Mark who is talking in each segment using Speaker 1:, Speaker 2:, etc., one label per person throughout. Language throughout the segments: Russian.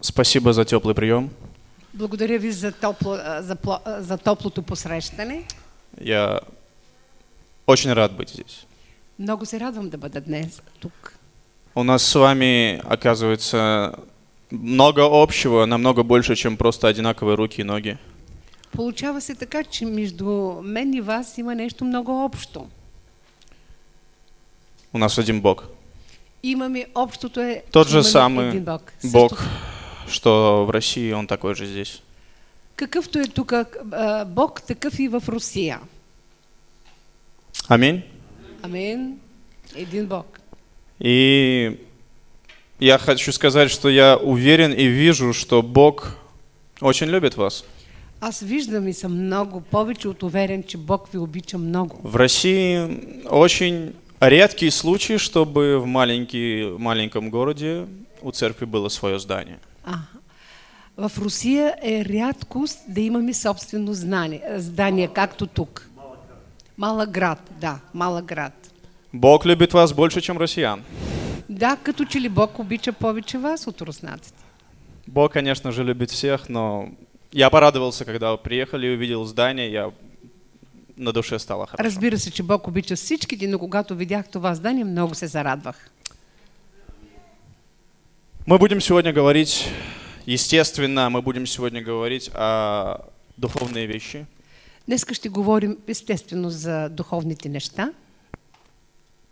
Speaker 1: Спасибо за теплый прием.
Speaker 2: Благодаря ви за, топло, а, за, пло- а, за топлото посрещане.
Speaker 1: Я очень рад быть здесь.
Speaker 2: Много се радвам да бъда днес тук.
Speaker 1: У нас с вами, оказывается, много общего, намного больше, чем просто одинаковые руки и ноги.
Speaker 2: Получава се така, че между мен и вас има нещо много общо.
Speaker 1: У нас один Бог.
Speaker 2: Имаме общото е
Speaker 1: Тот
Speaker 2: че
Speaker 1: же
Speaker 2: имаме
Speaker 1: самый
Speaker 2: един Бог.
Speaker 1: Бог,
Speaker 2: Също-
Speaker 1: что в России, он такой же здесь.
Speaker 2: Какъвто е тук а, Бог, такъв и в Русия.
Speaker 1: Аминь.
Speaker 2: Амин. Един Бог.
Speaker 1: И я хочу сказать, что я уверен и вижу, что Бог очень любит вас.
Speaker 2: Аз виждам и съм много повече от уверен, че Бог ви обича много.
Speaker 1: В России очень редкий случай, чтобы в маленький, маленьком городе у церкви было свое здание.
Speaker 2: А, в Русия е рядкост да имаме собствено знание, а, здание, както тук. Малък град, да, малък град.
Speaker 1: Бог любит вас больше, чем россиян.
Speaker 2: Да, като че ли Бог обича повече вас от руснаците.
Speaker 1: Бог, конечно же, любит всех, но я порадовался, когда вы приехали и увидел здание, я на душе стало хорошо.
Speaker 2: Разбира се, че Бог обича всичките, но когато видях това здание, много се зарадвах.
Speaker 1: Мы будем сегодня говорить, естественно, мы будем сегодня говорить о духовные вещи,
Speaker 2: Днес ще говорим естествено за духовните неща,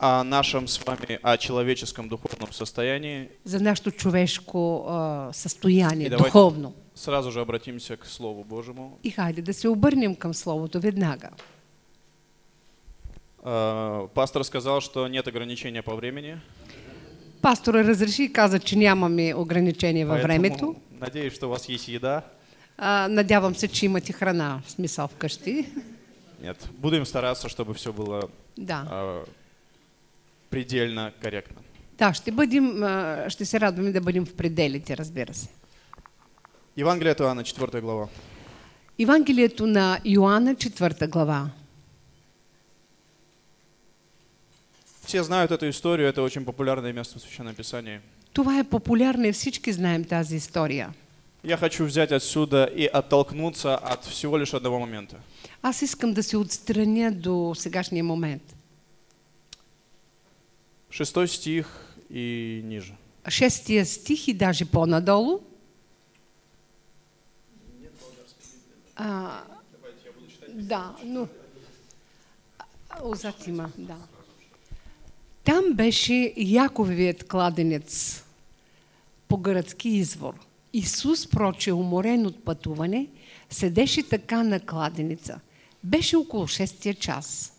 Speaker 1: о нашем с вами, о человеческом духовном состоянии.
Speaker 2: за нашето човешко а, състояние,
Speaker 1: И давайте-
Speaker 2: духовно.
Speaker 1: Сразу же обратимся к Слову Божьему.
Speaker 2: И хайде да се обърнем към Словото веднага.
Speaker 1: Э, Пастор сказал, что нет ограничения по времени.
Speaker 2: Пастора разреши и каза, че нямаме ограничения във
Speaker 1: поэтому
Speaker 2: времето.
Speaker 1: Надеюсь, что у вас есть еда.
Speaker 2: А, надявам се, че имате храна, в смисъл вкъщи.
Speaker 1: Нет. Будем стараться, чтобы все было
Speaker 2: Да,
Speaker 1: э, предельно корректно.
Speaker 2: да ще, бъдем, а, ще се радваме да бъдем в пределите, разбира се.
Speaker 1: Евангелие от Иоанна, 4 глава.
Speaker 2: Евангелието на Йоанна, 4 глава.
Speaker 1: Все знают эту историю, это очень популярное место в Священном Писании.
Speaker 2: Това е популярно и всички знаем тази история.
Speaker 1: Я хочу взять отсюда и оттолкнуться от всего лишь одного момента.
Speaker 2: Аз искам да се отстраня до сегашния момент.
Speaker 1: Шестой стих и ниже.
Speaker 2: Шестия стих и даже по-надолу. А, да, но... А, Отзад има, да. Там беше Яковият кладенец по гръцки извор. Исус, проче, уморен от пътуване, седеше така на кладеница. Беше около 6 час.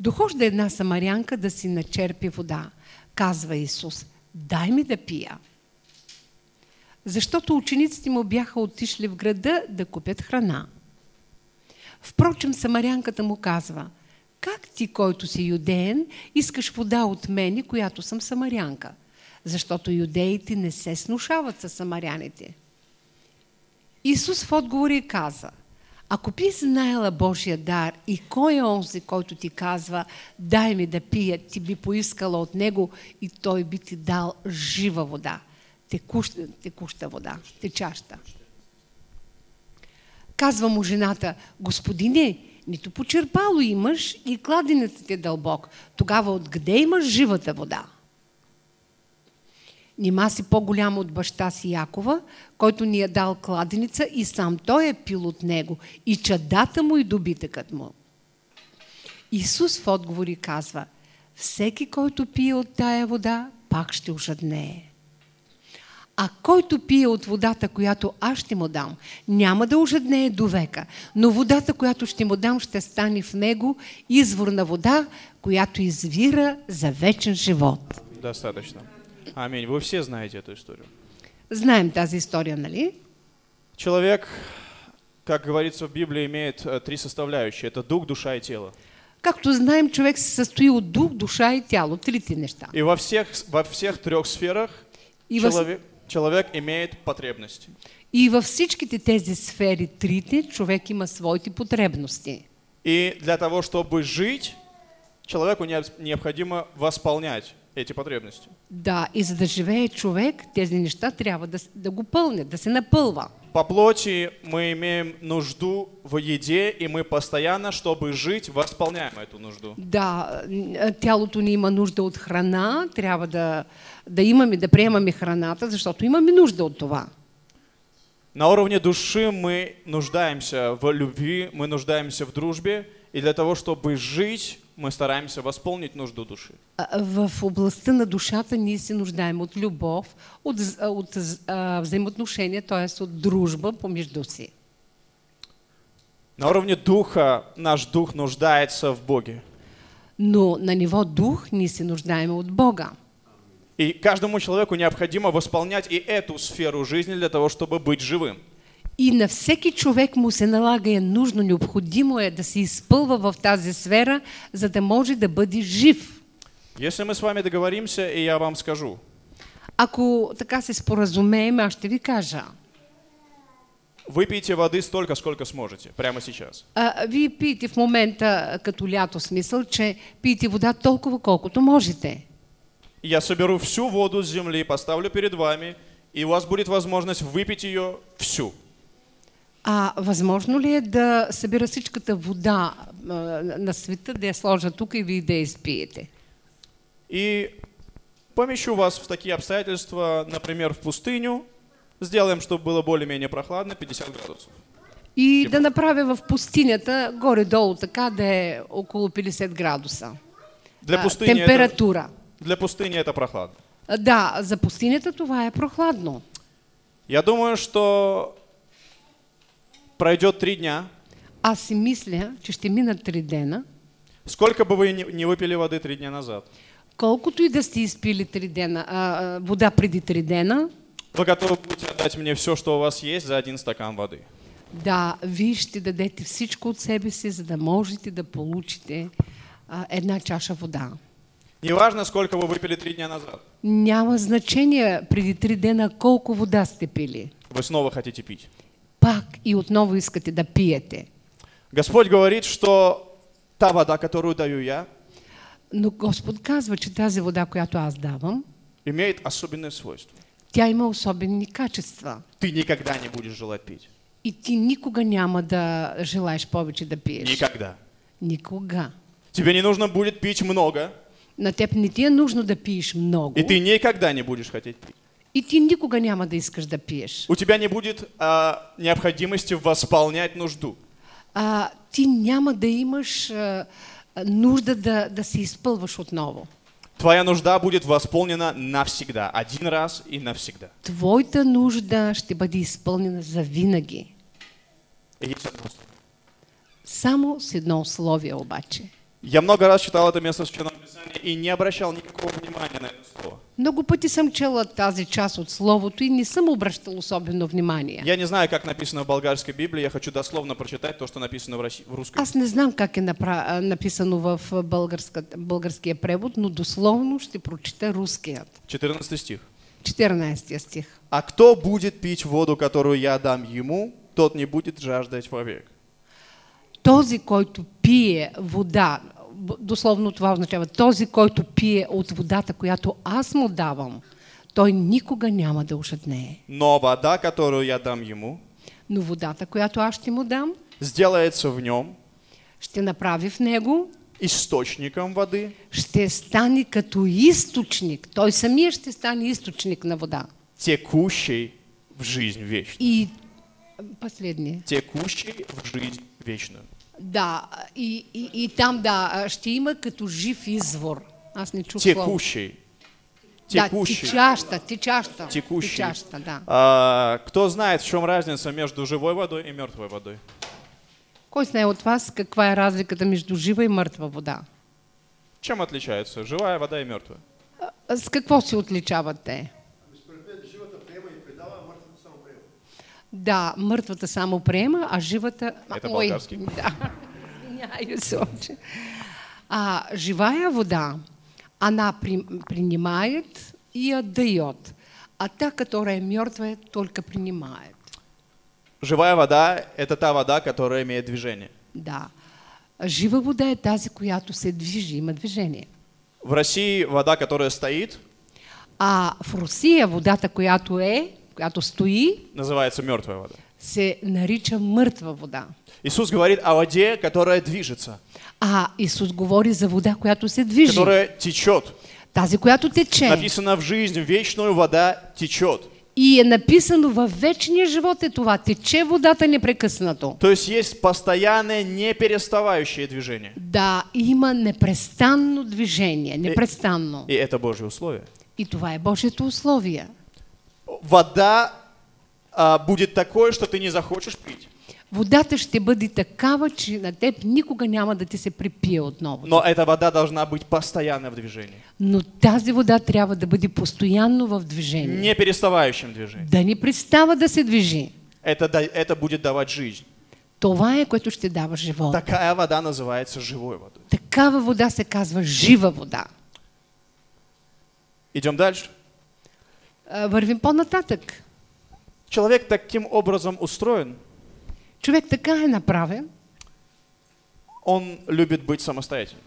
Speaker 2: Дохожда една самарянка да си начерпи вода. Казва Исус, дай ми да пия. Защото учениците му бяха отишли в града да купят храна. Впрочем, самарянката му казва, как ти, който си юдеен, искаш вода от мене, която съм самарянка? Защото юдеите не се снушават с самаряните. Исус в отговор и каза, ако би знаела Божия дар и кой е онзи, който ти казва, дай ми да пия, ти би поискала от него и той би ти дал жива вода, текуща, текуща вода, течаща. Казва му жената, господине, нито почерпало имаш и кладенецът е дълбок. Тогава откъде имаш живата вода? Нима си по-голям от баща си Якова, който ни е дал кладеница и сам той е пил от него, и чадата му и добитъкът му. Исус в отговори казва, всеки, който пие от тая вода, пак ще ожаднее. А който пие от водата, която аз ще му дам, няма да ожеднее до века, но водата, която ще му дам, ще стане в него извор на вода, която извира за вечен живот.
Speaker 1: Достаточно. Аминь. Вы все знаете эту историю.
Speaker 2: Знаем тази история, нали?
Speaker 1: Человек, как говорится в Библии, имеет э, три составляющие. Это дух, душа и тело.
Speaker 2: Както знаем, човек се състои от дух, душа и тяло. Трите неща.
Speaker 1: И во всех, с- во всех трех сферах
Speaker 2: И, във,
Speaker 1: человек, человек имеет потребности.
Speaker 2: и във всичките тези сфери, трите, човек има своите потребности.
Speaker 1: И для того, чтобы жить, человеку необс- необходимо восполнять эти потребности.
Speaker 2: Да, и за да живее човек, тези неща трябва да, с- да го пълне, да се напълва.
Speaker 1: По плоти мы имеем нужду в еде, и мы постоянно, чтобы жить, восполняем эту нужду.
Speaker 2: Да, н- тялото ни има нужда от храна, трябва да, да имаме, да приемаме храната, защото имаме нужда от това.
Speaker 1: На уровне души мы нуждаемся в любви, мы нуждаемся в дружбе, и для того, чтобы жить, мы стараемся восполнить нужду души.
Speaker 2: А, В областта на душата ние се нуждаем от любов, от, з- а, от з- а, взаимоотношения, т.е. от дружба помежду си.
Speaker 1: На уровне духа наш дух нуждается в Боге.
Speaker 2: Но на ниво дух ние се нуждаем от Бога.
Speaker 1: И каждому человеку необходимо восполнять и эту сферу жизни для того, чтобы быть живым.
Speaker 2: И на всеки човек му се налага е нужно, необходимо е да се изпълва в тази сфера, за да може да бъде жив.
Speaker 1: Если мы с вами договоримся, и я вам скажу,
Speaker 2: Ако така се споразумеем, аз ще ви кажа.
Speaker 1: выпейте воды столько, сколько сможете, прямо сейчас.
Speaker 2: А, вие пиете в момента, като лято смисъл, че пиете вода толкова колкото можете.
Speaker 1: Я соберу всю воду с земли, поставлю перед вами, и у вас будет возможность выпить ее всю.
Speaker 2: А възможно ли е да събира всичката вода а, на света, да я сложа тук и вие да я изпиете?
Speaker 1: И помещу вас в такие обстоятельства, например, в пустыню, сделаем, чтобы было более-менее прохладно, 50 градусов.
Speaker 2: И да направя в пустинята, горе-долу така, да е около 50 градуса.
Speaker 1: Для е
Speaker 2: А,
Speaker 1: пустыни, это,
Speaker 2: температура.
Speaker 1: для пустыни это прохладно.
Speaker 2: А, Да, за пустинята това е прохладно.
Speaker 1: Я думаю, что пройдет три дня.
Speaker 2: Аз си мисля, че ще минат три дена.
Speaker 1: Сколько бы вы ни- не выпили воды три дня назад,
Speaker 2: Колкото и да сте изпили три дена, а, а, вода преди три дена,
Speaker 1: вы готовы будете отдать мне все, что у вас есть, за один стакан воды.
Speaker 2: да, вие ще дадете всичко от себе си, за да можете да получите а, една чаша вода.
Speaker 1: Неважно, сколько вы выпили три дня назад,
Speaker 2: Няма значение преди три дена колко вода сте пили.
Speaker 1: вы снова хотите пить.
Speaker 2: Пак и отново искате да пиете.
Speaker 1: Господь говорит, что та вода, которую даю я,
Speaker 2: Но Господ казва, че тази вода, която аз давам,
Speaker 1: имеет особенное свойство.
Speaker 2: тя има особени качества.
Speaker 1: Ты никогда не будешь желать пить.
Speaker 2: И ти никога няма да желаеш повече да пиеш.
Speaker 1: Никогда.
Speaker 2: Никога.
Speaker 1: Тебе не нужно будет пить много,
Speaker 2: На теб не ти е нужно да пиеш много.
Speaker 1: и ты никогда не будешь хотеть пить.
Speaker 2: и ти никога няма да искаш да пиеш.
Speaker 1: У тебя не будет а, необходимости восполнять нужду.
Speaker 2: А, ти няма да имаш а, а, нужда да, да се изпълваш отново.
Speaker 1: Твоя нужда будет восполнена навсегда, один раз и навсегда.
Speaker 2: Твоята нужда ще бъде изпълнена за винаги.
Speaker 1: И есть одно условие.
Speaker 2: Само с едно условие обаче.
Speaker 1: Я много раз читал это место в Священном Писании и не обращал никакого внимания на это слово.
Speaker 2: Много пъти съм чела тази част от Словото и не съм обръщала особено внимание.
Speaker 1: Я не знаю, как написано в болгарской Библии, я хочу дословно прочитать то, что написано в, Росси- в русской.
Speaker 2: Аз не знам как е напра... а, написано в а, българската- българския превод, но дословно ще прочита руският.
Speaker 1: 14 стих.
Speaker 2: 14 стих.
Speaker 1: «А кто будет пить воду, которую я дам ему, тот не будет жаждать вовек».
Speaker 2: Този, който пие вода, б- дословно това означава, този, който пие от водата, която аз му давам, той никога няма да ушатнее.
Speaker 1: Но вода, которую я дам ему,
Speaker 2: Но водата, която аз ще му дам,
Speaker 1: сделается в нем
Speaker 2: ще направи в него,
Speaker 1: источником воды,
Speaker 2: ще стане като източник. Той самия ще стане източник на вода.
Speaker 1: текущей в жизнь вечную.
Speaker 2: И последния.
Speaker 1: Текущей в жизнь вечную.
Speaker 2: Да, и, и, и там, да, а, ще има като жив извор. Аз не чух слово.
Speaker 1: Текущей.
Speaker 2: Ну, Да,
Speaker 1: Текущей.
Speaker 2: течаща, течаща.
Speaker 1: Текущий.
Speaker 2: Течаща, да.
Speaker 1: А, кто знает, в чем разница между живой водой и мертвой водой?
Speaker 2: Кой знае от вас каква е разликата между жива и мъртва вода?
Speaker 1: Чем отличаются живая вода и мертвая?
Speaker 2: А, С какво се отличават те? Да, мъртвата само приема, а живата... а,
Speaker 1: Ето
Speaker 2: Ой,
Speaker 1: български.
Speaker 2: да. Извиняю се, обче. А, живая вода, она при, принимает и отдает. А та, которая мертвая, только принимает.
Speaker 1: Живая вода – это та вода, которая имеет движение.
Speaker 2: Да. Жива вода е тази, която се движи, има движение.
Speaker 1: В России вода, которая стоит,
Speaker 2: А в Русия водата, която е, която стои,
Speaker 1: называется мертвая вода.
Speaker 2: се нарича мъртва вода.
Speaker 1: Иисус говорит о воде, которая движется,
Speaker 2: А Исус говори за вода, която се движи.
Speaker 1: которая течет.
Speaker 2: Тази, която тече.
Speaker 1: Написано в жизнь, вечную вода течет.
Speaker 2: И е написано във вечния живот е това. Тече водата непрекъснато.
Speaker 1: То есть есть постоянное, не переставающее движение.
Speaker 2: Да, има непрестанно движение. Непрестанно.
Speaker 1: И это Божье условие.
Speaker 2: И това е Божието условие.
Speaker 1: Вода а, будет такой, что ты не захочешь пить.
Speaker 2: Водата ще бъде такава, че на теб никога няма да ти се припие отново.
Speaker 1: Но эта вода должна быть постоянно в движении.
Speaker 2: Но тази вода трябва да бъде постоянно в движение.
Speaker 1: Не переставающем движении.
Speaker 2: Да ни представа да се движи.
Speaker 1: Это, да- это будет давать жизнь.
Speaker 2: Това е, което ще дава живот.
Speaker 1: Такая вода называется живой водой.
Speaker 2: Такава вода се казва жива вода.
Speaker 1: Идем дальше.
Speaker 2: А, Вървим по-нататък.
Speaker 1: Человек таким образом устроен,
Speaker 2: Човек така е направен.
Speaker 1: он любит быть самостоятельным.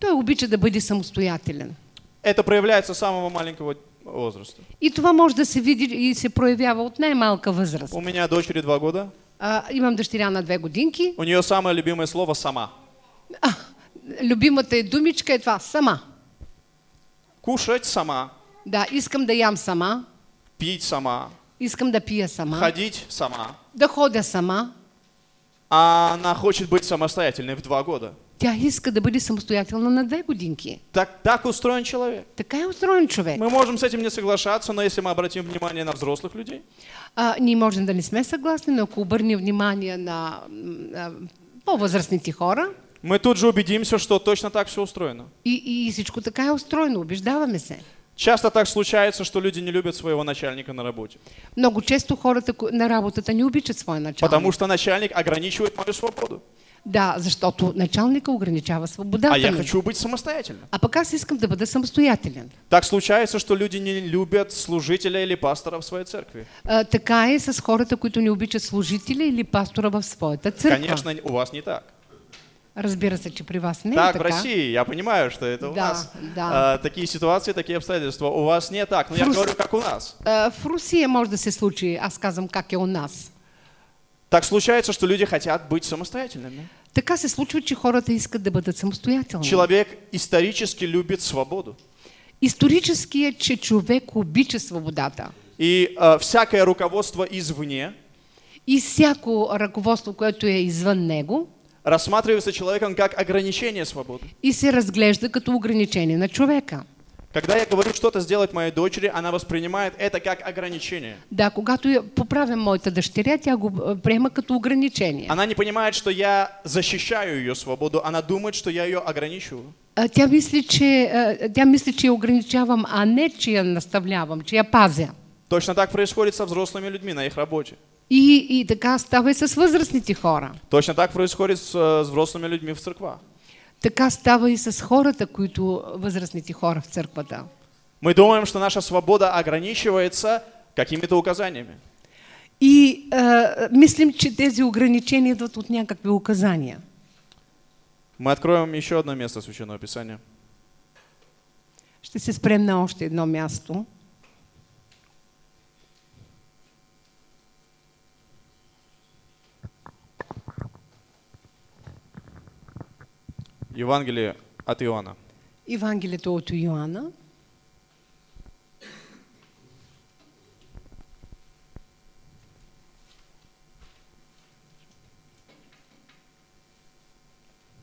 Speaker 2: Той обича да бъде самостоятелен.
Speaker 1: Это проявляется с самого маленького возраста.
Speaker 2: И това може да се види и се проявява от най-малка възраст.
Speaker 1: У меня дочери два года.
Speaker 2: А, имам дъщеря на две годинки.
Speaker 1: У нее самое любимое слово «сама».
Speaker 2: А, любимата е думичка е това сама.
Speaker 1: Кушать сама,
Speaker 2: Да, искам да ям сама,
Speaker 1: пить сама,
Speaker 2: искам да пия сама,
Speaker 1: ходить сама.
Speaker 2: да ходя сама.
Speaker 1: А она хочет быть самостоятельной в два года.
Speaker 2: Тя иска да бъде самостоятелна на две годинки.
Speaker 1: Так, так устроен человек.
Speaker 2: Така е устроен човек.
Speaker 1: Мы можем с этим не соглашаться, но если мы обратим внимание на взрослых людей,
Speaker 2: А, ние можем да не сме съгласни, но ако обърнем внимание на, на по-възрастните хора
Speaker 1: мы тут же убедимся, что точно так все устроено.
Speaker 2: и, и всичко така е устроено, убеждаваме се.
Speaker 1: Часто так случается, что люди не любят своего начальника на работе,
Speaker 2: Много често хората ко- на работата не обичат своя началник.
Speaker 1: потому что начальник ограничивает мою свободу.
Speaker 2: Да, защото началника ограничава свободата
Speaker 1: А я
Speaker 2: ми.
Speaker 1: хочу быть самостоятельным.
Speaker 2: А пък аз искам да бъда самостоятелен.
Speaker 1: Так случается, что люди не любят служителя или пастора в своей церкви.
Speaker 2: А, така е с хората, които не обичат служители или пастора в своята църква.
Speaker 1: Конечно, у вас не так.
Speaker 2: Разбира се, че при вас не е
Speaker 1: так в
Speaker 2: така.
Speaker 1: России, я понимаю, что это у
Speaker 2: Ну, Да,
Speaker 1: нас.
Speaker 2: да.
Speaker 1: А, такие ситуации, такие обстоятельства. У вас не так, но я
Speaker 2: Просто-
Speaker 1: говорю, как у нас.
Speaker 2: А, в Русия може да се случи, аз казвам как е у нас.
Speaker 1: Так случается, что люди хотят быть самостоятельными.
Speaker 2: Така се случва, че хората искат да бъдат самостоятелни.
Speaker 1: Человек исторически любит свободу.
Speaker 2: Исторически е, че човек обича свободата.
Speaker 1: И а, всякое руководство извне
Speaker 2: И всяко ръководство, което е извън него,
Speaker 1: рассматривается человеком как ограничение свободы.
Speaker 2: и се разглежда като ограничение на човека.
Speaker 1: Когда я говорю что-то сделать моей дочери, она воспринимает это как ограничение.
Speaker 2: Да, когато я поправям моята дъщеря, тя го а, приема като ограничение.
Speaker 1: Она не понимает, что я защищаю ее свободу, она думает, что я ее ограничиваю.
Speaker 2: А, Тя мисли, че, а, тя мисли, че я ограничавам, а не, че я наставлявам, че я пазя.
Speaker 1: Точно так происходит со взрослыми людьми на их работе.
Speaker 2: И, и така става и с възрастните хора.
Speaker 1: Точно так происходит с, э, с взрослыми людьми в церквах.
Speaker 2: Така става и с хората, които възрастните хора в църквата.
Speaker 1: Мы думаем, что наша свобода ограничивается какими-то указаниями.
Speaker 2: И а, мислим, че тези ограничения идват от някакви указания.
Speaker 1: Мы откроем еще одно место Священного Писания.
Speaker 2: Ще се спрем на още едно място.
Speaker 1: Евангелие от Иоанна.
Speaker 2: Евангелието от Йоанна.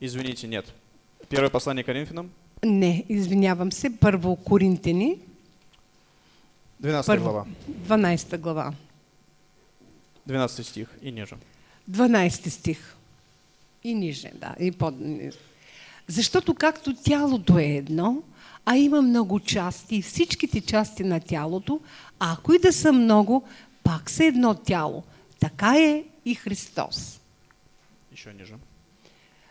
Speaker 1: Извините, нет. Первое послание Коринфянам,
Speaker 2: Не, извинявам се, първо Коринтини,
Speaker 1: 12
Speaker 2: първо,
Speaker 1: глава,
Speaker 2: 12 глава,
Speaker 1: 12 стих и ниже.
Speaker 2: 12 стих. И ниже, да, и под... Защото както тялото е едно, а има много части и всичките части на тялото, ако и да са много, пак са едно тяло. Така е и Христос.
Speaker 1: Еще ниже.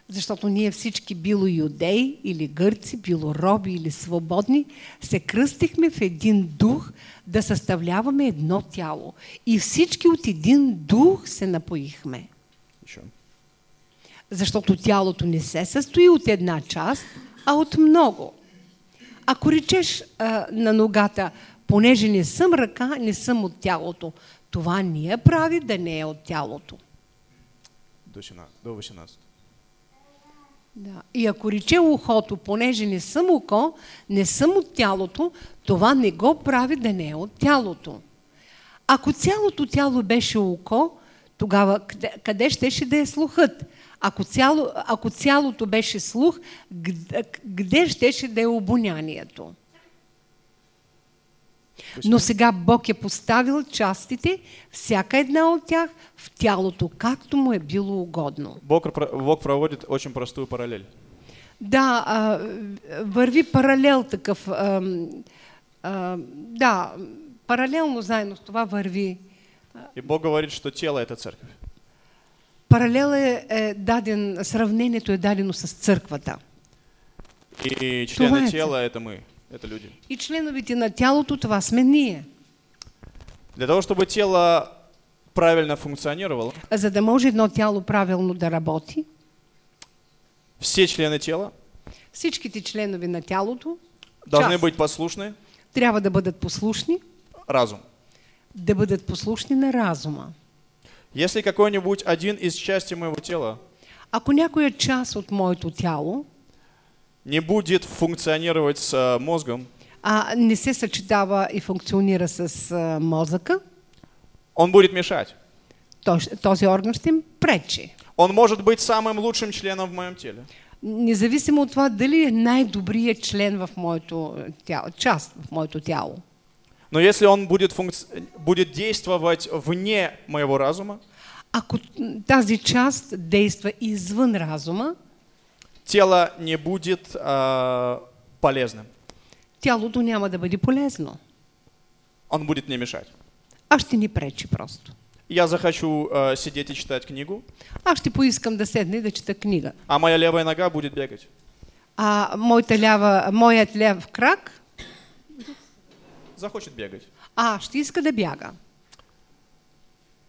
Speaker 2: Защото ние всички, било юдеи или гърци, било роби или свободни, се кръстихме в един дух да съставляваме едно тяло. И всички от един дух се напоихме.
Speaker 1: Еще.
Speaker 2: Защото тялото не се състои от една част, а от много. Ако речеш а, на ногата, понеже не съм ръка, не съм от тялото, това не я прави да не е от тялото.
Speaker 1: До 17. До 18.
Speaker 2: Да. И ако рече ухото, понеже не съм око, не съм от тялото, това не го прави да не е от тялото. Ако цялото тяло беше око, тогава къде, къде щеше да е слухът? Ако, цяло, ако цялото беше слух, къде, къде щеше да е обонянието? Но сега Бог е поставил частите, всяка една от тях, в тялото, както му е било угодно.
Speaker 1: Бог, пр- Бог проводит очень простую параллель.
Speaker 2: Да, а, върви паралел такъв. А, а, да, паралелно заедно с това върви.
Speaker 1: И Бог говорит, что тело — это церковь.
Speaker 2: Паралел е, е даден, сравнението е дадено с църквата.
Speaker 1: И
Speaker 2: Това е
Speaker 1: члены
Speaker 2: цер-
Speaker 1: тела — это мы, это люди.
Speaker 2: И членовете на тялото, това сме ние.
Speaker 1: Для того, чтобы тело правильно функционировало,
Speaker 2: За да може едно тяло правилно да работи,
Speaker 1: все члены тела
Speaker 2: всичките членове на тялото
Speaker 1: должны
Speaker 2: част,
Speaker 1: быть послушны
Speaker 2: трябва да бъдат послушни,
Speaker 1: разум.
Speaker 2: да бъдат послушни на разума.
Speaker 1: Если какой-нибудь один из частей моего тела
Speaker 2: Ако някоя част от моето тяло
Speaker 1: не будет функционировать с э, мозгом,
Speaker 2: а, не се съчетава и функционира с а, мозъка,
Speaker 1: он будет мешать.
Speaker 2: то ще- този орган ще им пречи.
Speaker 1: Он может быть самым лучшим членом в моем теле,
Speaker 2: Независимо от това дали е най-добрият член в моето е, тяло, част в моето тяло.
Speaker 1: но если он будет, функци- будет действовать вне моего разума,
Speaker 2: Ако м, тази част действа извън разума,
Speaker 1: тело не будет э, полезным.
Speaker 2: тялото няма да бъде полезно,
Speaker 1: Он будет мне мешать.
Speaker 2: а ще ни пречи просто.
Speaker 1: Я захочу э, сидеть и читать книгу,
Speaker 2: Аз ще поискам да седна и да чета книга.
Speaker 1: а моя левая нога будет бегать.
Speaker 2: А моята лява, моят ляв крак,
Speaker 1: Захочет бегать.
Speaker 2: а ще иска да бяга.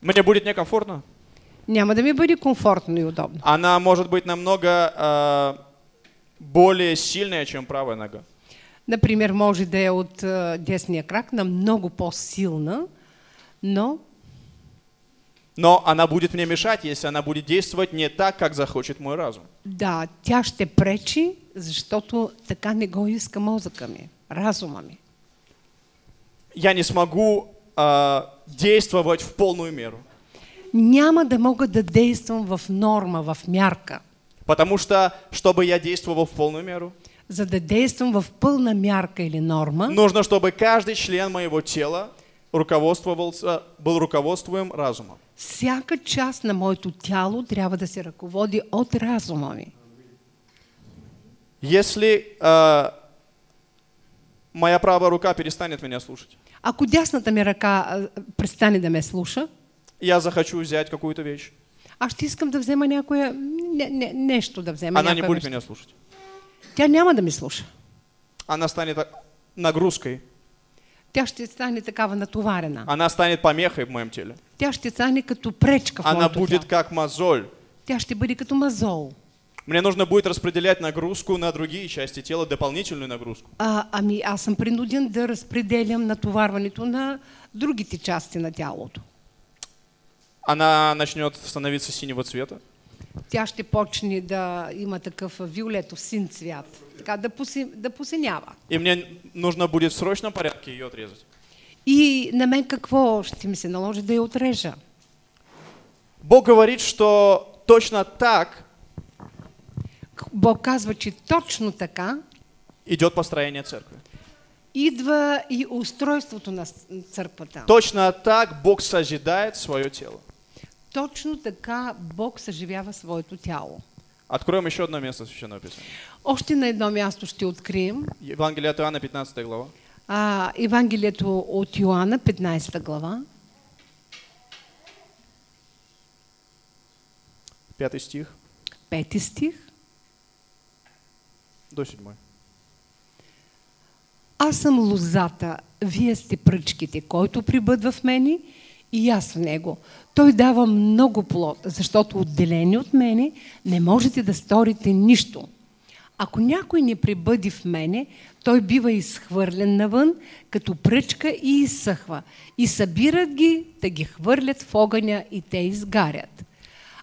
Speaker 1: Мне будет некомфортно.
Speaker 2: Няма да ми бъде комфортно и удобно.
Speaker 1: Она может быть намного э, более сильная, чем правая нога.
Speaker 2: Например, може да е от а, десния крак на много по-силна, но
Speaker 1: Но она будет мне мешать, если она будет действовать не так, как захочет мой разум.
Speaker 2: Да, тя ще пречи, защото така не го иска мозъка ми, разума ми.
Speaker 1: Я не смогу э, действовать в полную меру.
Speaker 2: Няма да мога да действам в норма, в мярка.
Speaker 1: Потому что, чтобы я действовал в полную меру,
Speaker 2: За да действам в пълна мярка или норма,
Speaker 1: нужно, чтобы каждый член моего тела руководствовался, был руководствуем разумом.
Speaker 2: всяка част на моето тяло трябва да се ръководи от разума ми.
Speaker 1: Если э, моя правая рука перестанет меня слушать,
Speaker 2: Ако дясната ми ръка а, престане да ме слуша,
Speaker 1: я захочу взять какую-то вещь,
Speaker 2: аз ще искам да взема някоя, не, не, нещо да взема.
Speaker 1: она не
Speaker 2: някоя
Speaker 1: будет
Speaker 2: вещ.
Speaker 1: меня слушать.
Speaker 2: Тя няма да ми слуша.
Speaker 1: Она станет а, нагрузкой,
Speaker 2: Тя ще стане такава натоварена.
Speaker 1: она станет помехой в моем теле.
Speaker 2: Тя ще стане като пречка в
Speaker 1: Она
Speaker 2: моето тяло.
Speaker 1: будет как мозоль.
Speaker 2: Тя ще бъде като мазол.
Speaker 1: Мне нужно будет распределять нагрузку на другие части тела, дополнительную нагрузку.
Speaker 2: А, ами аз съм принуден да разпределям натоварването на другите части на тялото.
Speaker 1: Она начнет становиться синего цвета.
Speaker 2: Тя ще почне да има такъв виолетов син цвят, така да, поси, да посинява.
Speaker 1: И мне нужно будет в срочном порядке ее отрезать.
Speaker 2: И на мен какво ще ми се наложи да я отрежа?
Speaker 1: Бог говорит, что точно так
Speaker 2: К- Бог казва, че точно така
Speaker 1: идет построение церкви.
Speaker 2: идва и устройството на с- църквата.
Speaker 1: Точно так Бог созидает свое тело.
Speaker 2: Точно така Бог съживява своето тяло.
Speaker 1: Откроем еще одно место Священного Писания.
Speaker 2: Още на едно място ще открием
Speaker 1: Евангелие от Иоанна, 15 глава.
Speaker 2: А, Евангелието от Йоанна, 15 глава,
Speaker 1: 5 стих
Speaker 2: 5 стих.
Speaker 1: до 7.
Speaker 2: Аз съм лозата, вие сте пръчките, който прибъдва в мене и аз в него. Той дава много плод, защото отделени от мене не можете да сторите нищо. Ако някой не прибъди в мене, той бива изхвърлен навън, като пръчка и изсъхва. И събират ги, да ги хвърлят в огъня и те изгарят.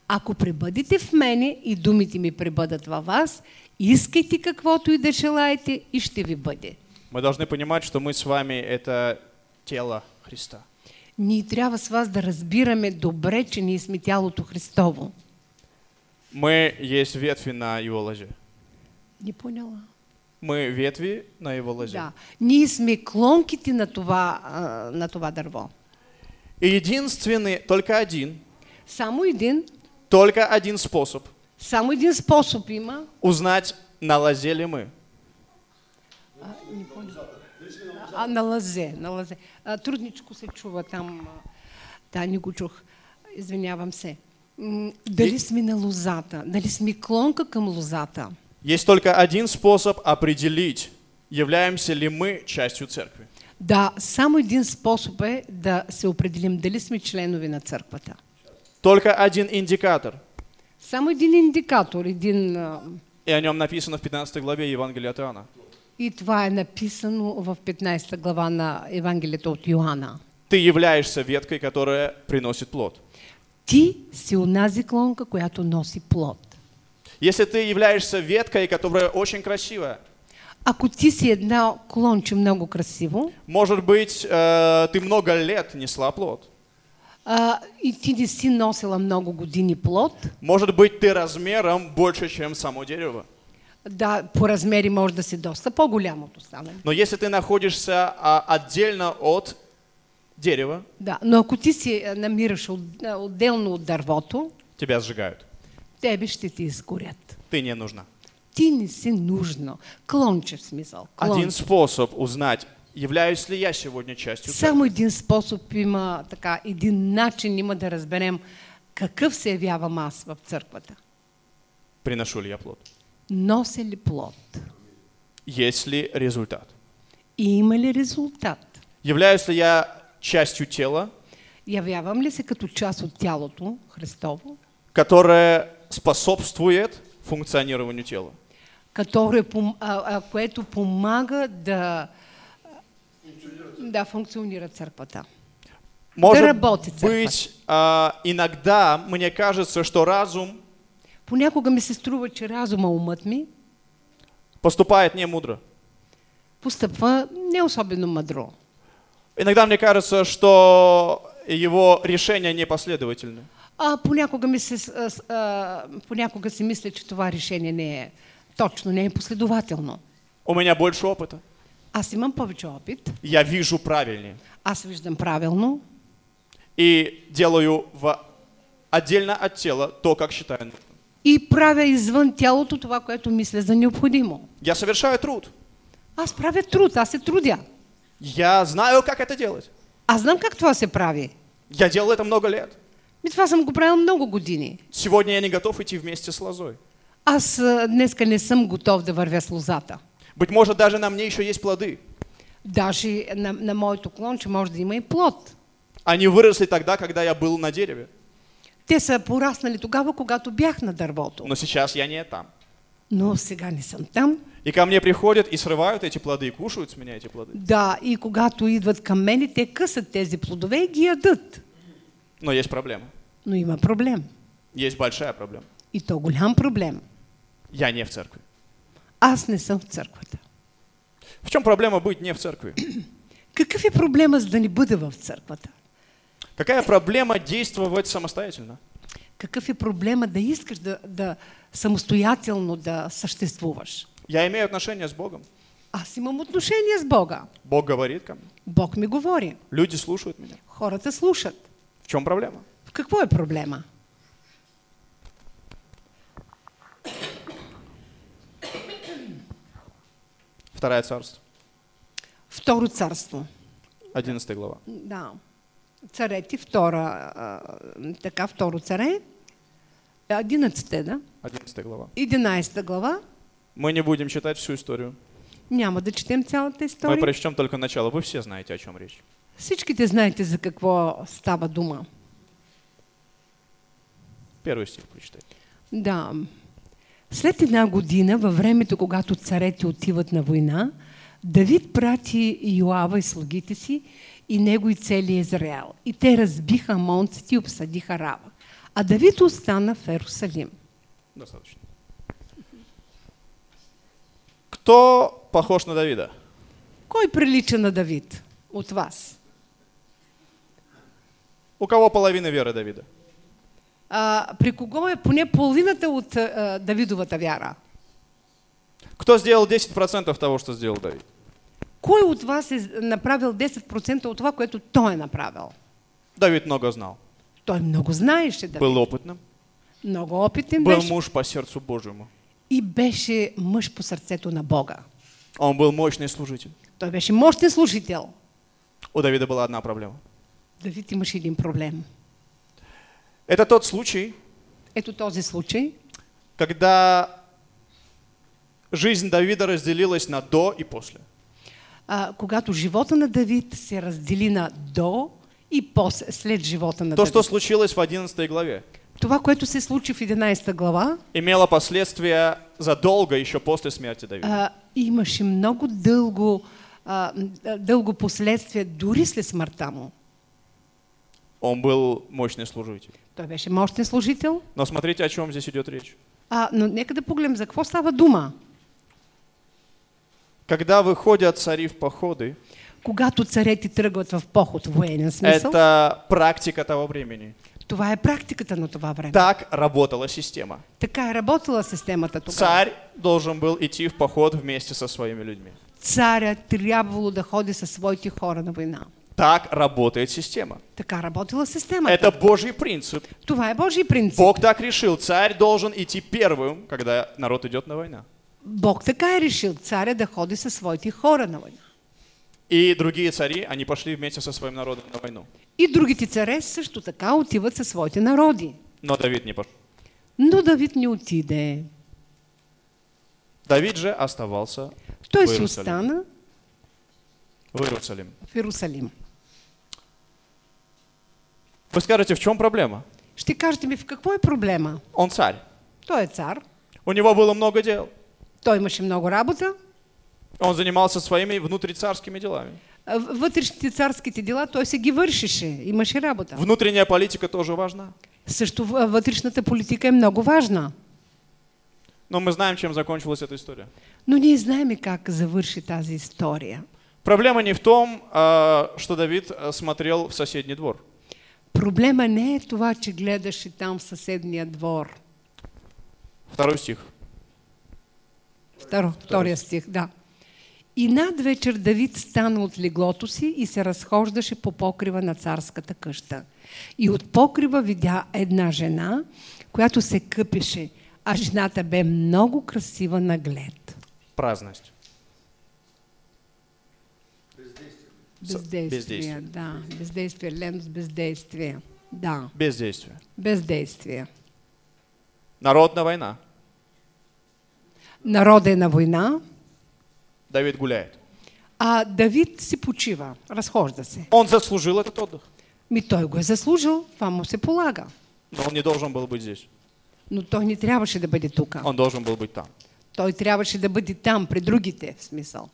Speaker 2: Ако пребъдите в мене и думите ми пребъдат във вас, искайте каквото и да желаете и ще ви бъде.
Speaker 1: Мы должны понимать, что мы с вами это тело Христа.
Speaker 2: Ние трябва с вас да разбираме добре, че ние сме тялото Христово.
Speaker 1: Мы есть ветви на его лозе.
Speaker 2: Не поняла.
Speaker 1: Мы ветви на его лозе.
Speaker 2: Да. Ние сме клонките на това, а, на това дърво.
Speaker 1: И единственный, только один,
Speaker 2: Само един,
Speaker 1: только один способ
Speaker 2: само един способ има.
Speaker 1: узнать, на лозе ли мы.
Speaker 2: А, не поняла. А, на лазе, на лазе. А, трудничко се чува там. а. Да, не го чух. Извинявам се. М, Дали сме на лозата? Дали сме клонка към лозата?
Speaker 1: Есть только один способ определить, являемся ли мы частью церкви.
Speaker 2: Да, само един способ е да се определим дали сме членове на църквата.
Speaker 1: Только один индикатор.
Speaker 2: Само един индикатор, един... а,
Speaker 1: И о нем написано в 15 главе Евангелия от Иоанна.
Speaker 2: И това е написано в 15 глава на Евангелието от Йоанна.
Speaker 1: Ты являешься веткой, которая приносит плод.
Speaker 2: Ти си унази клонка, която носи плод.
Speaker 1: Если ты являешься веткой, которая очень красивая,
Speaker 2: Ако ти си една клонче много красиво,
Speaker 1: может быть, э, ты много лет несла плод.
Speaker 2: а, и ти не си носила много години плод,
Speaker 1: Может быть, ты размером больше, чем само дерево.
Speaker 2: да, по размери може да си доста по-голямо от останало.
Speaker 1: Но если ты находишься а, отдельно от дерева,
Speaker 2: Да, но ако ти се намираш от, а, отделно от дървото,
Speaker 1: тебя сжигают.
Speaker 2: тебе ще ти изгорят.
Speaker 1: Ты не нужна.
Speaker 2: Ти не си нужно. Клонче в смисъл.
Speaker 1: Один
Speaker 2: Клонче.
Speaker 1: способ узнать, являюсь ли я сегодня частью церкви.
Speaker 2: Само един способ има, така, един начин има да разберем какъв се явявам аз в църквата.
Speaker 1: Приношу ли я плод?
Speaker 2: Нося ли плод?
Speaker 1: Есть ли результат?
Speaker 2: И има ли резултат?
Speaker 1: Являюсь ли я частью тела,
Speaker 2: Явявам ли се като част от тялото Христово,
Speaker 1: которое способствует функционированию тела?
Speaker 2: като е пом- а, а, което помага да, да функционира църквата? Да
Speaker 1: Может
Speaker 2: работе церковь.
Speaker 1: быть, а, иногда мне кажется, что разум
Speaker 2: Понякога ми се струва, че разума, умът ми
Speaker 1: поступает не мудро.
Speaker 2: постъпва не особено мъдро.
Speaker 1: Иногда мне кажется, что его решения непоследовательны.
Speaker 2: А понякога, ми се, с- а, с- а, понякога си мисля, че това решение не е точно, не е последователно.
Speaker 1: У меня больше опыта.
Speaker 2: Аз имам повече опит,
Speaker 1: Я вижу правильнее.
Speaker 2: аз виждам правилно
Speaker 1: И делаю в... отдельно от тела то, как считаю нужным.
Speaker 2: и правя извън тялото това, което мисля за необходимо.
Speaker 1: Я совершаю труд.
Speaker 2: Аз правя труд, аз се трудя.
Speaker 1: Я знаю, как это делать.
Speaker 2: Аз знам как това се прави.
Speaker 1: Я делал это много лет.
Speaker 2: Ми това съм го правил много години.
Speaker 1: Сегодня я не готов идти вместе с лозой.
Speaker 2: Аз а, днеска не съм готов да вървя с лозата.
Speaker 1: Быть может, даже на мне еще есть плоды.
Speaker 2: Даже на, на моето клонче може да има и плод.
Speaker 1: Они выросли тогда, когда я был на дереве.
Speaker 2: Те са пораснали тогава, когато бях на дървото.
Speaker 1: Но сейчас я не там.
Speaker 2: Но сега не съм там.
Speaker 1: И ко мне приходят и срывают эти плоды, и кушают с меня эти плоды.
Speaker 2: Да, и когато идват към мене, те късат тези плодове и ги ядат.
Speaker 1: Но есть проблема.
Speaker 2: Но има проблем.
Speaker 1: Есть большая проблема.
Speaker 2: И то голям проблем.
Speaker 1: Я не в церкви.
Speaker 2: Аз не съм в църквата.
Speaker 1: В чем проблема быть не в церкви?
Speaker 2: Какъв е проблема за да не бъда в църквата?
Speaker 1: Какая проблема действовать самостоятельно?
Speaker 2: Какъв е проблема да искаш да, да самостоятелно да съществуваш?
Speaker 1: Я имею отношения с Богом.
Speaker 2: Аз имам отношение с Бога.
Speaker 1: Бог говорит ко мне.
Speaker 2: Бог ми говори.
Speaker 1: Люди слушают меня.
Speaker 2: Хората слушат.
Speaker 1: В чем проблема?
Speaker 2: В Какво е проблема?
Speaker 1: Второе царство.
Speaker 2: Второ царство.
Speaker 1: 11 глава.
Speaker 2: Да. Царети, втора, а, така, второ царе. 11 да?
Speaker 1: 11 глава.
Speaker 2: 11 глава.
Speaker 1: Мы не будем читать всю историю.
Speaker 2: Няма да четем цялата
Speaker 1: Мы
Speaker 2: история.
Speaker 1: прочтем только начало. Вы все знаете, о чем речь.
Speaker 2: Всичките знаете за какво става дума.
Speaker 1: Первый стих прочитайте.
Speaker 2: Да. След една година, във времето, когато царете отиват на война, Давид прати Йоава и слугите си и него и целия Израел. И те разбиха амонците и обсадиха Рава. А Давид остана в Ерусалим.
Speaker 1: Достаточно. Кто похож на Давида?
Speaker 2: Кой прилича на Давид от вас?
Speaker 1: У кого половина веры Давида?
Speaker 2: А, при кого е поне половината от а, Давидовата вяра?
Speaker 1: Кто сделал 10% того, что сделал Давид?
Speaker 2: Кой от вас е направил 10% от това, което той е направил?
Speaker 1: Давид много знал.
Speaker 2: Той много знаеше, да.
Speaker 1: Был опытным,
Speaker 2: Много опитен
Speaker 1: был
Speaker 2: беше
Speaker 1: муж по сердцу Божьему.
Speaker 2: и беше мъж по сърцето на Бога.
Speaker 1: А Он был мощный служитель.
Speaker 2: Той беше мощен служител.
Speaker 1: У Давида была одна проблема.
Speaker 2: Давид имаше един проблем.
Speaker 1: Это тот случай,
Speaker 2: Ето този случай.
Speaker 1: когда жизнь Давида разделилась на до и после.
Speaker 2: а, когато живота на Давид се раздели на до и после, след живота на
Speaker 1: То,
Speaker 2: Давид.
Speaker 1: что случилось в 11 главе,
Speaker 2: Това, което се случи в 11 глава,
Speaker 1: имело последствия задолго еще после смерти Давида.
Speaker 2: а, имаше много дълго, а, м, а, дълго последствие дори след смъртта му.
Speaker 1: Он был мощный служитель.
Speaker 2: Той беше мощен служител.
Speaker 1: Но смотрите, о чем здесь идет речь.
Speaker 2: А, но нека да погледнем за какво става дума.
Speaker 1: Когда выходят цари в походы,
Speaker 2: Когато царете тръгват в поход, военен смисъл,
Speaker 1: это практика того времени.
Speaker 2: това е практиката на това време.
Speaker 1: Так работала система.
Speaker 2: Така е работила системата тогава.
Speaker 1: Царь должен был идти в поход вместе со своими людьми.
Speaker 2: Царя трябвало да ходи със своите хора на война.
Speaker 1: Так работает система.
Speaker 2: Така работила системата.
Speaker 1: Это Божий принцип.
Speaker 2: Това е Божий принцип. Бог,
Speaker 1: Бог так решил. Царь должен идти первым, когда народ идет на войну.
Speaker 2: Бог така е решил царя да ходи със своите хора на война.
Speaker 1: И другие цари, они пошли вместе со своим народом на войну.
Speaker 2: И другите царе също така отиват със своите народи.
Speaker 1: Но Давид не пошел.
Speaker 2: Но Давид не отиде.
Speaker 1: Давид же оставался
Speaker 2: Той
Speaker 1: в
Speaker 2: си
Speaker 1: Иерусалим.
Speaker 2: остана
Speaker 1: в Иерусалим.
Speaker 2: в Иерусалим.
Speaker 1: Вы скажете, в чем проблема?
Speaker 2: Ще кажете ми в какво е проблема?
Speaker 1: Он царь.
Speaker 2: Той е цар,
Speaker 1: У него было много дел.
Speaker 2: той имаше много работа,
Speaker 1: Он занимался своими внутрицарскими делами.
Speaker 2: а в- вътрешните царските дела той се ги вършеше, имаше работа.
Speaker 1: Внутренняя политика тоже важна.
Speaker 2: Също в- вътрешната политика е много важна,
Speaker 1: Но мы знаем, чем закончилась эта история.
Speaker 2: но ние знаем как завърши тази история.
Speaker 1: Проблема не в том, а, что Давид а, смотрел в соседний двор.
Speaker 2: Проблема не е това, че гледаше там в съседния двор.
Speaker 1: Второй стих.
Speaker 2: Второ, втория стих, да. И над вечер Давид стана от леглото си и се разхождаше по покрива на царската къща. И от покрива видя една жена, която се къпеше, а жената бе много красива на глед.
Speaker 1: Праздность.
Speaker 2: Бездействие,
Speaker 1: бездействие.
Speaker 2: да. Бездействие, леност, бездействие. Да,
Speaker 1: Бездействие.
Speaker 2: бездействие.
Speaker 1: Народная война.
Speaker 2: Народа е на война,
Speaker 1: Давид гуляет.
Speaker 2: а Давид си почива, разхожда се.
Speaker 1: Он заслужил этот отдых.
Speaker 2: Ми той го е заслужил, това му се полага.
Speaker 1: Но он не должен был быть здесь.
Speaker 2: Но той не трябваше да бъде тук.
Speaker 1: Он должен был быть там.
Speaker 2: Той трябваше да бъде там, при другите, в смисъл.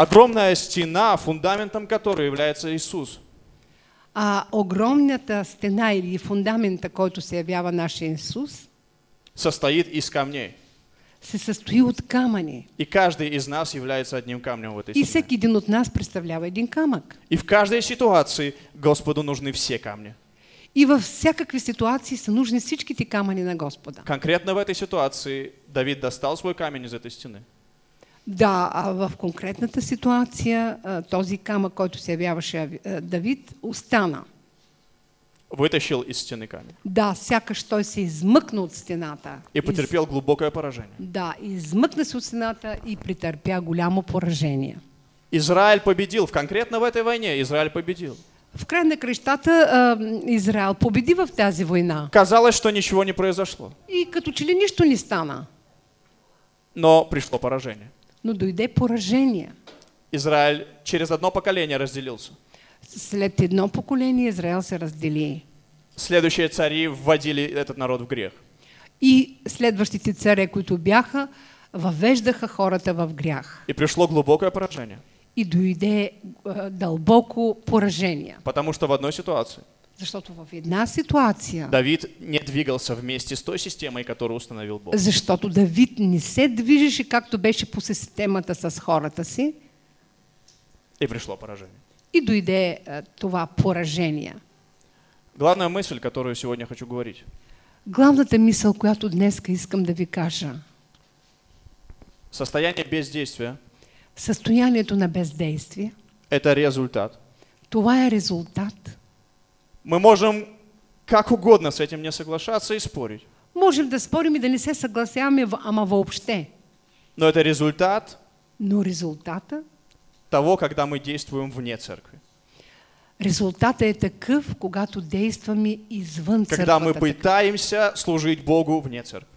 Speaker 1: Огромная стена, фундаментом которой является Иисус.
Speaker 2: А огромната стена или фундамента, който се явява нашия Исус,
Speaker 1: состоит из камней.
Speaker 2: се състои от камъни.
Speaker 1: И каждый из нас является одним камнем в этой
Speaker 2: И
Speaker 1: стене.
Speaker 2: всеки един от нас представлява един камък.
Speaker 1: И в каждой ситуации Господу нужны все камни.
Speaker 2: И във всякакви ситуации са нужни всичките камъни на Господа.
Speaker 1: Конкретно в этой ситуации Давид достал свой камень из этой стены.
Speaker 2: Да, а в конкретната ситуация а, този камък, който се явяваше Ави- а, Давид, остана.
Speaker 1: Вытащил из стены камень.
Speaker 2: Да, сякаш той се измъкна от стената.
Speaker 1: И е потерпел глубокое поражение.
Speaker 2: Да, измъкна се от стената и претърпя голямо поражение.
Speaker 1: Израиль победил. В конкретно в этой войне Израиль победил.
Speaker 2: В край на крещата а, м, Израел победи в тази война.
Speaker 1: Казалось, что ничего не произошло.
Speaker 2: И като че ли нищо не стана,
Speaker 1: Но пришло поражение.
Speaker 2: но дойде поражение.
Speaker 1: Израиль через одно поколение разделился.
Speaker 2: След едно поколение Израел се раздели.
Speaker 1: Следующие цари вводили этот народ в грех.
Speaker 2: И следващите царе, които бяха, въвеждаха хората в грях.
Speaker 1: И пришло глубокое поражение.
Speaker 2: И дойде а, дълбоко поражение.
Speaker 1: Потому что в одной ситуации
Speaker 2: Защото в една ситуация,
Speaker 1: Давид не двигался вместе с той системой, которую установил Бог.
Speaker 2: защото Давид не се движеше както беше по системата с хората си,
Speaker 1: И пришло поражение.
Speaker 2: и дойде а, това поражение.
Speaker 1: Главная мысль, которую сегодня хочу говорить.
Speaker 2: Главната мисъл, която днес искам да ви кажа,
Speaker 1: Состояние бездействия
Speaker 2: състоянието на бездействие,
Speaker 1: – это результат.
Speaker 2: това е резултат.
Speaker 1: Мы можем как угодно с этим не соглашаться и спорить.
Speaker 2: Можем да спорим и да не се съгласяваме, в- ама въобще.
Speaker 1: Но это результат
Speaker 2: Но резултата,
Speaker 1: того, когда мы действуем вне церкви.
Speaker 2: резултата е такъв, когато действаме извън
Speaker 1: Когда мы
Speaker 2: църквата.
Speaker 1: пытаемся служить Богу вне церкви.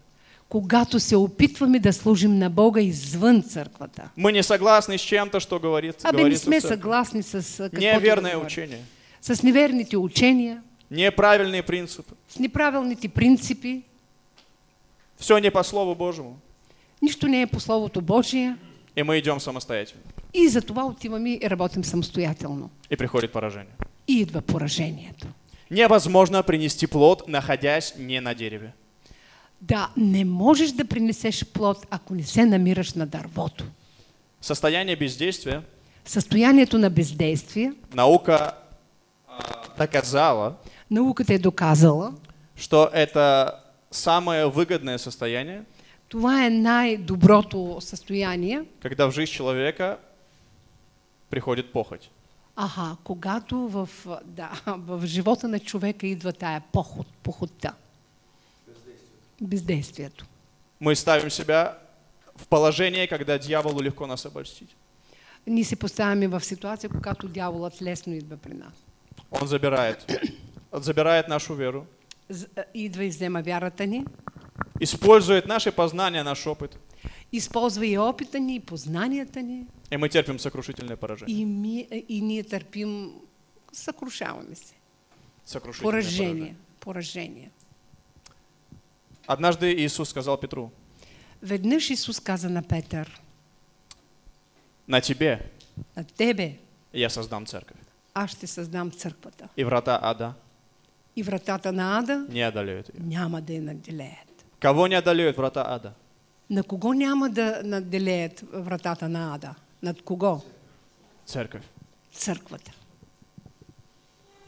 Speaker 2: Когато се опитваме да служим на Бога извън църквата.
Speaker 1: Мы не согласны с чем-то, что говорит,
Speaker 2: Абе не
Speaker 1: говорится в
Speaker 2: сме
Speaker 1: церкви.
Speaker 2: съгласни с
Speaker 1: е
Speaker 2: а, каквото и да
Speaker 1: Неверное
Speaker 2: говорим.
Speaker 1: учение,
Speaker 2: С неверните учения,
Speaker 1: неправильные принципы.
Speaker 2: с неправилните принципи.
Speaker 1: Все не по Слову Божьему.
Speaker 2: Нищо не е по Словото Божие.
Speaker 1: И мы идем самостоятельно.
Speaker 2: И затова отиваме и работим самостоятелно.
Speaker 1: И приходит поражение.
Speaker 2: И идва поражението.
Speaker 1: Невозможно принести плод, находясь не на дереве.
Speaker 2: Да, не можеш да принесеш плод, ако не се намираш на дървото.
Speaker 1: Состояние бездействия
Speaker 2: Състоянието на бездействие,
Speaker 1: наука а, доказала,
Speaker 2: науката е доказала,
Speaker 1: что это самое выгодное состояние,
Speaker 2: това е най-доброто състояние,
Speaker 1: когда в жизнь человека приходит похоть.
Speaker 2: Аха, когато в, да, в живота на човека идва тая поход, похота. Бездействието.
Speaker 1: Мы ставим себя в положение, когда дьяволу легко нас обольстить.
Speaker 2: Ние се поставяме в ситуация, когато дяволът лесно идва при нас.
Speaker 1: Он забирает, он забирает нашу веру,
Speaker 2: З- а, Идва и взема вярата ни,
Speaker 1: использует наши познания, наш опыт,
Speaker 2: използва и опита ни, и познанията ни,
Speaker 1: и мы терпим сокрушительное поражение.
Speaker 2: и, ми, и ние търпим, съкрушаваме се.
Speaker 1: Сокрушительное
Speaker 2: Поражение. Поражение.
Speaker 1: Однажды Иисус сказал Петру,
Speaker 2: Веднъж Исус каза на Петър,
Speaker 1: на тебе
Speaker 2: на тебе
Speaker 1: я создам церковь,
Speaker 2: аз ще създам църквата.
Speaker 1: и врата ада
Speaker 2: И вратата на Ада
Speaker 1: не одолеют ее.
Speaker 2: няма да я наделеят.
Speaker 1: Кого не одолеют врата ада?
Speaker 2: На кого няма да наделеят вратата на Ада? Над кого?
Speaker 1: Церковь.
Speaker 2: Църквата.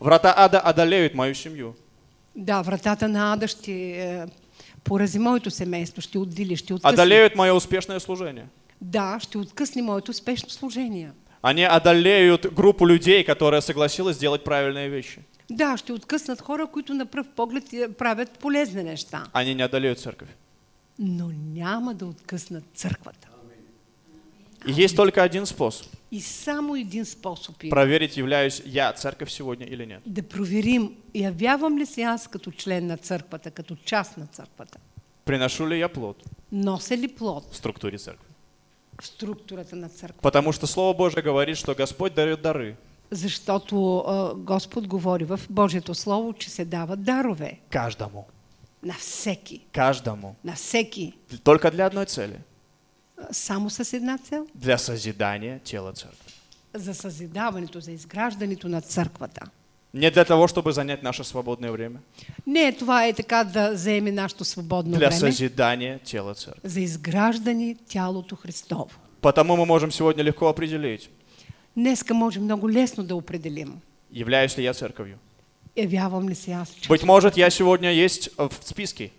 Speaker 1: Врата ада одолеют мою семью.
Speaker 2: Да, вратата на Ада ще е, порази моето семейство, ще отдели, ще откъсне.
Speaker 1: Одолеют мое успешное служение.
Speaker 2: Да, ще откъсне моето успешно служение.
Speaker 1: Они одолеют группу людей, которая согласилась делать правильные вещи.
Speaker 2: Да, ще откъснат хора, които на пръв поглед е, правят полезни неща.
Speaker 1: Они не одолеют церковь.
Speaker 2: Но няма да откъснат църквата.
Speaker 1: И есть только один способ
Speaker 2: И само един способ е
Speaker 1: проверить, являюсь я церковь сегодня или нет.
Speaker 2: да проверим, явявам ли се аз като член на църквата, като част на църквата.
Speaker 1: Приношу ли я плод
Speaker 2: Нося ли плод
Speaker 1: в структуре церкви?
Speaker 2: в структурата на църква.
Speaker 1: Потому что Слово Божье говорит, что Господь дает дары.
Speaker 2: Защото а, Господ говори в Божието Слово, че се дават дарове
Speaker 1: Каждому.
Speaker 2: на всеки.
Speaker 1: Каждому.
Speaker 2: На всеки.
Speaker 1: Только для одной цели.
Speaker 2: А, Само с една цел.
Speaker 1: Для созидания тела церкви.
Speaker 2: За съзидаването, за изграждането на църквата.
Speaker 1: Не для того, чтобы занять наше свободное время.
Speaker 2: Не, това е така да заеме нашето свободно
Speaker 1: Для
Speaker 2: време.
Speaker 1: созидания тела церкви.
Speaker 2: За изграждане тялото Христово.
Speaker 1: Потому мы можем сегодня легко определить,
Speaker 2: Днеска може много лесно да определим.
Speaker 1: являюсь ли я церковью.
Speaker 2: Явявам ли се аз? че-
Speaker 1: Быть может, я сегодня есть э, в списке.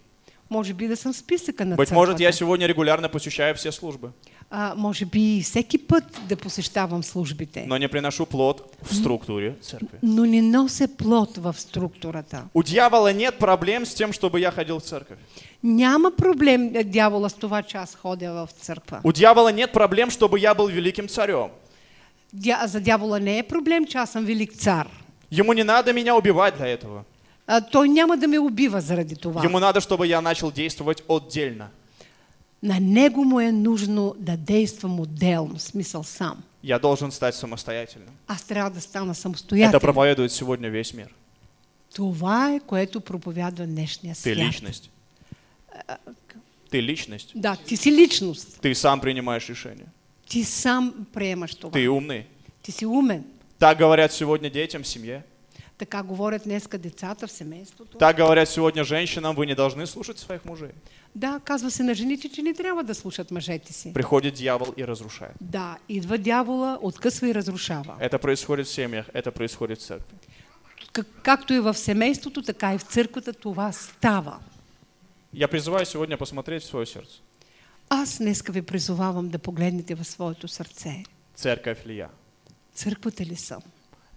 Speaker 2: Може би да съм в списъка
Speaker 1: Быть
Speaker 2: на църквата.
Speaker 1: может, я сегодня регулярно посещаю все службы,
Speaker 2: а, може би и всеки път да посещавам службите.
Speaker 1: но не приношу плод в структуре церкви.
Speaker 2: но не нося плод в структурата.
Speaker 1: У дьявола нет проблем с тем, чтобы я ходил в церковь.
Speaker 2: Няма проблем е, дявола с това, че аз ходя в църква.
Speaker 1: У дьявола нет проблем, чтобы я был великим царем.
Speaker 2: Дя, за дявола не е проблем, че аз съм велик цар.
Speaker 1: Ему не надо меня убивать для этого.
Speaker 2: А, той няма да ме убива заради това.
Speaker 1: Ему надо, чтобы я начал действовать отдельно.
Speaker 2: На него му е нужно да действам отделно, в смисъл сам.
Speaker 1: Я должен стать самостоятельным.
Speaker 2: Аз трябва да стана самостоятелен.
Speaker 1: Это проповедует сегодня весь мир.
Speaker 2: Това е, което проповядва днешния
Speaker 1: Ты
Speaker 2: свят.
Speaker 1: личность. Ты личность.
Speaker 2: Да, ти си личност.
Speaker 1: Ты сам принимаешь решения.
Speaker 2: Ти сам приемаш това.
Speaker 1: Ты умный.
Speaker 2: Ти е- си умен.
Speaker 1: Так говорят сегодня детям в семье.
Speaker 2: Така говорят днеска децата в семейството.
Speaker 1: Так говорят сегодня женщинам, вы не должны слушать своих мужей.
Speaker 2: Да, казва се на жените, че не трябва да слушат мъжете си.
Speaker 1: Приходит дьявол и разрушает.
Speaker 2: Да, идва дявола, откъсва и разрушава.
Speaker 1: Это происходит в семьях, это происходит в церкви.
Speaker 2: Как, както и в семейството, така и в църквата това става.
Speaker 1: Я призываю сегодня посмотреть в свое сердце.
Speaker 2: Аз днеска ви призовавам да погледнете в своето сърце.
Speaker 1: Церковь ли я?
Speaker 2: Църквата ли съм?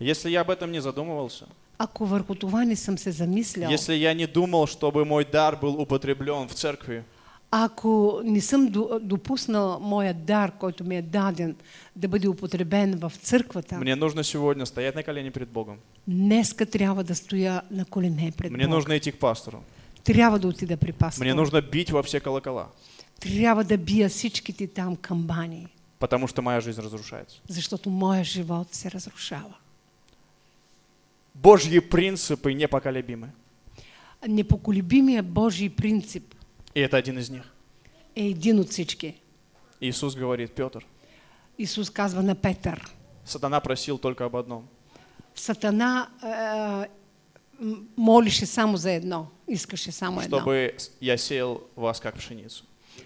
Speaker 1: Если я об этом не задумывался,
Speaker 2: Ако върху това не съм се замислял,
Speaker 1: если я не думал, чтобы мой дар был употреблен в церкви,
Speaker 2: ако не съм до- допуснал моя дар, който ми е даден, да бъде употребен в църквата,
Speaker 1: мне нужно сегодня стоять на колени перед Богом.
Speaker 2: днеска трябва да стоя на колене пред
Speaker 1: Мне
Speaker 2: Бог.
Speaker 1: нужно идти к пастору.
Speaker 2: Трябва да отида при
Speaker 1: Мне
Speaker 2: пастора.
Speaker 1: нужно бить во все колокола,
Speaker 2: Трябва да бия всичките там камбани,
Speaker 1: потому что моя жизнь разрушается.
Speaker 2: защото моя живот се разрушава.
Speaker 1: Божьи принципы непоколебимы.
Speaker 2: Непоколебимия Божий принцип
Speaker 1: И это один из них.
Speaker 2: е един от всички.
Speaker 1: Иисус говорит, Петр,
Speaker 2: Исус казва на Петър.
Speaker 1: сатана просил только об одном.
Speaker 2: Сатана е, м- молише само за едно. Искаше само едно.
Speaker 1: Чтобы с- я сеял вас как пшеницу.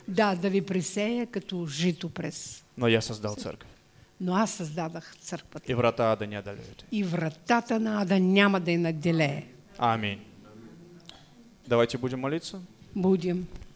Speaker 2: Да, да ви пресея като жито през.
Speaker 1: Но я создал церковь.
Speaker 2: Но аз създадах църквата.
Speaker 1: И врата ада не одолеют.
Speaker 2: И вратата на Ада няма да я наделее.
Speaker 1: Аминь. Давайте будем молиться.
Speaker 2: Будем.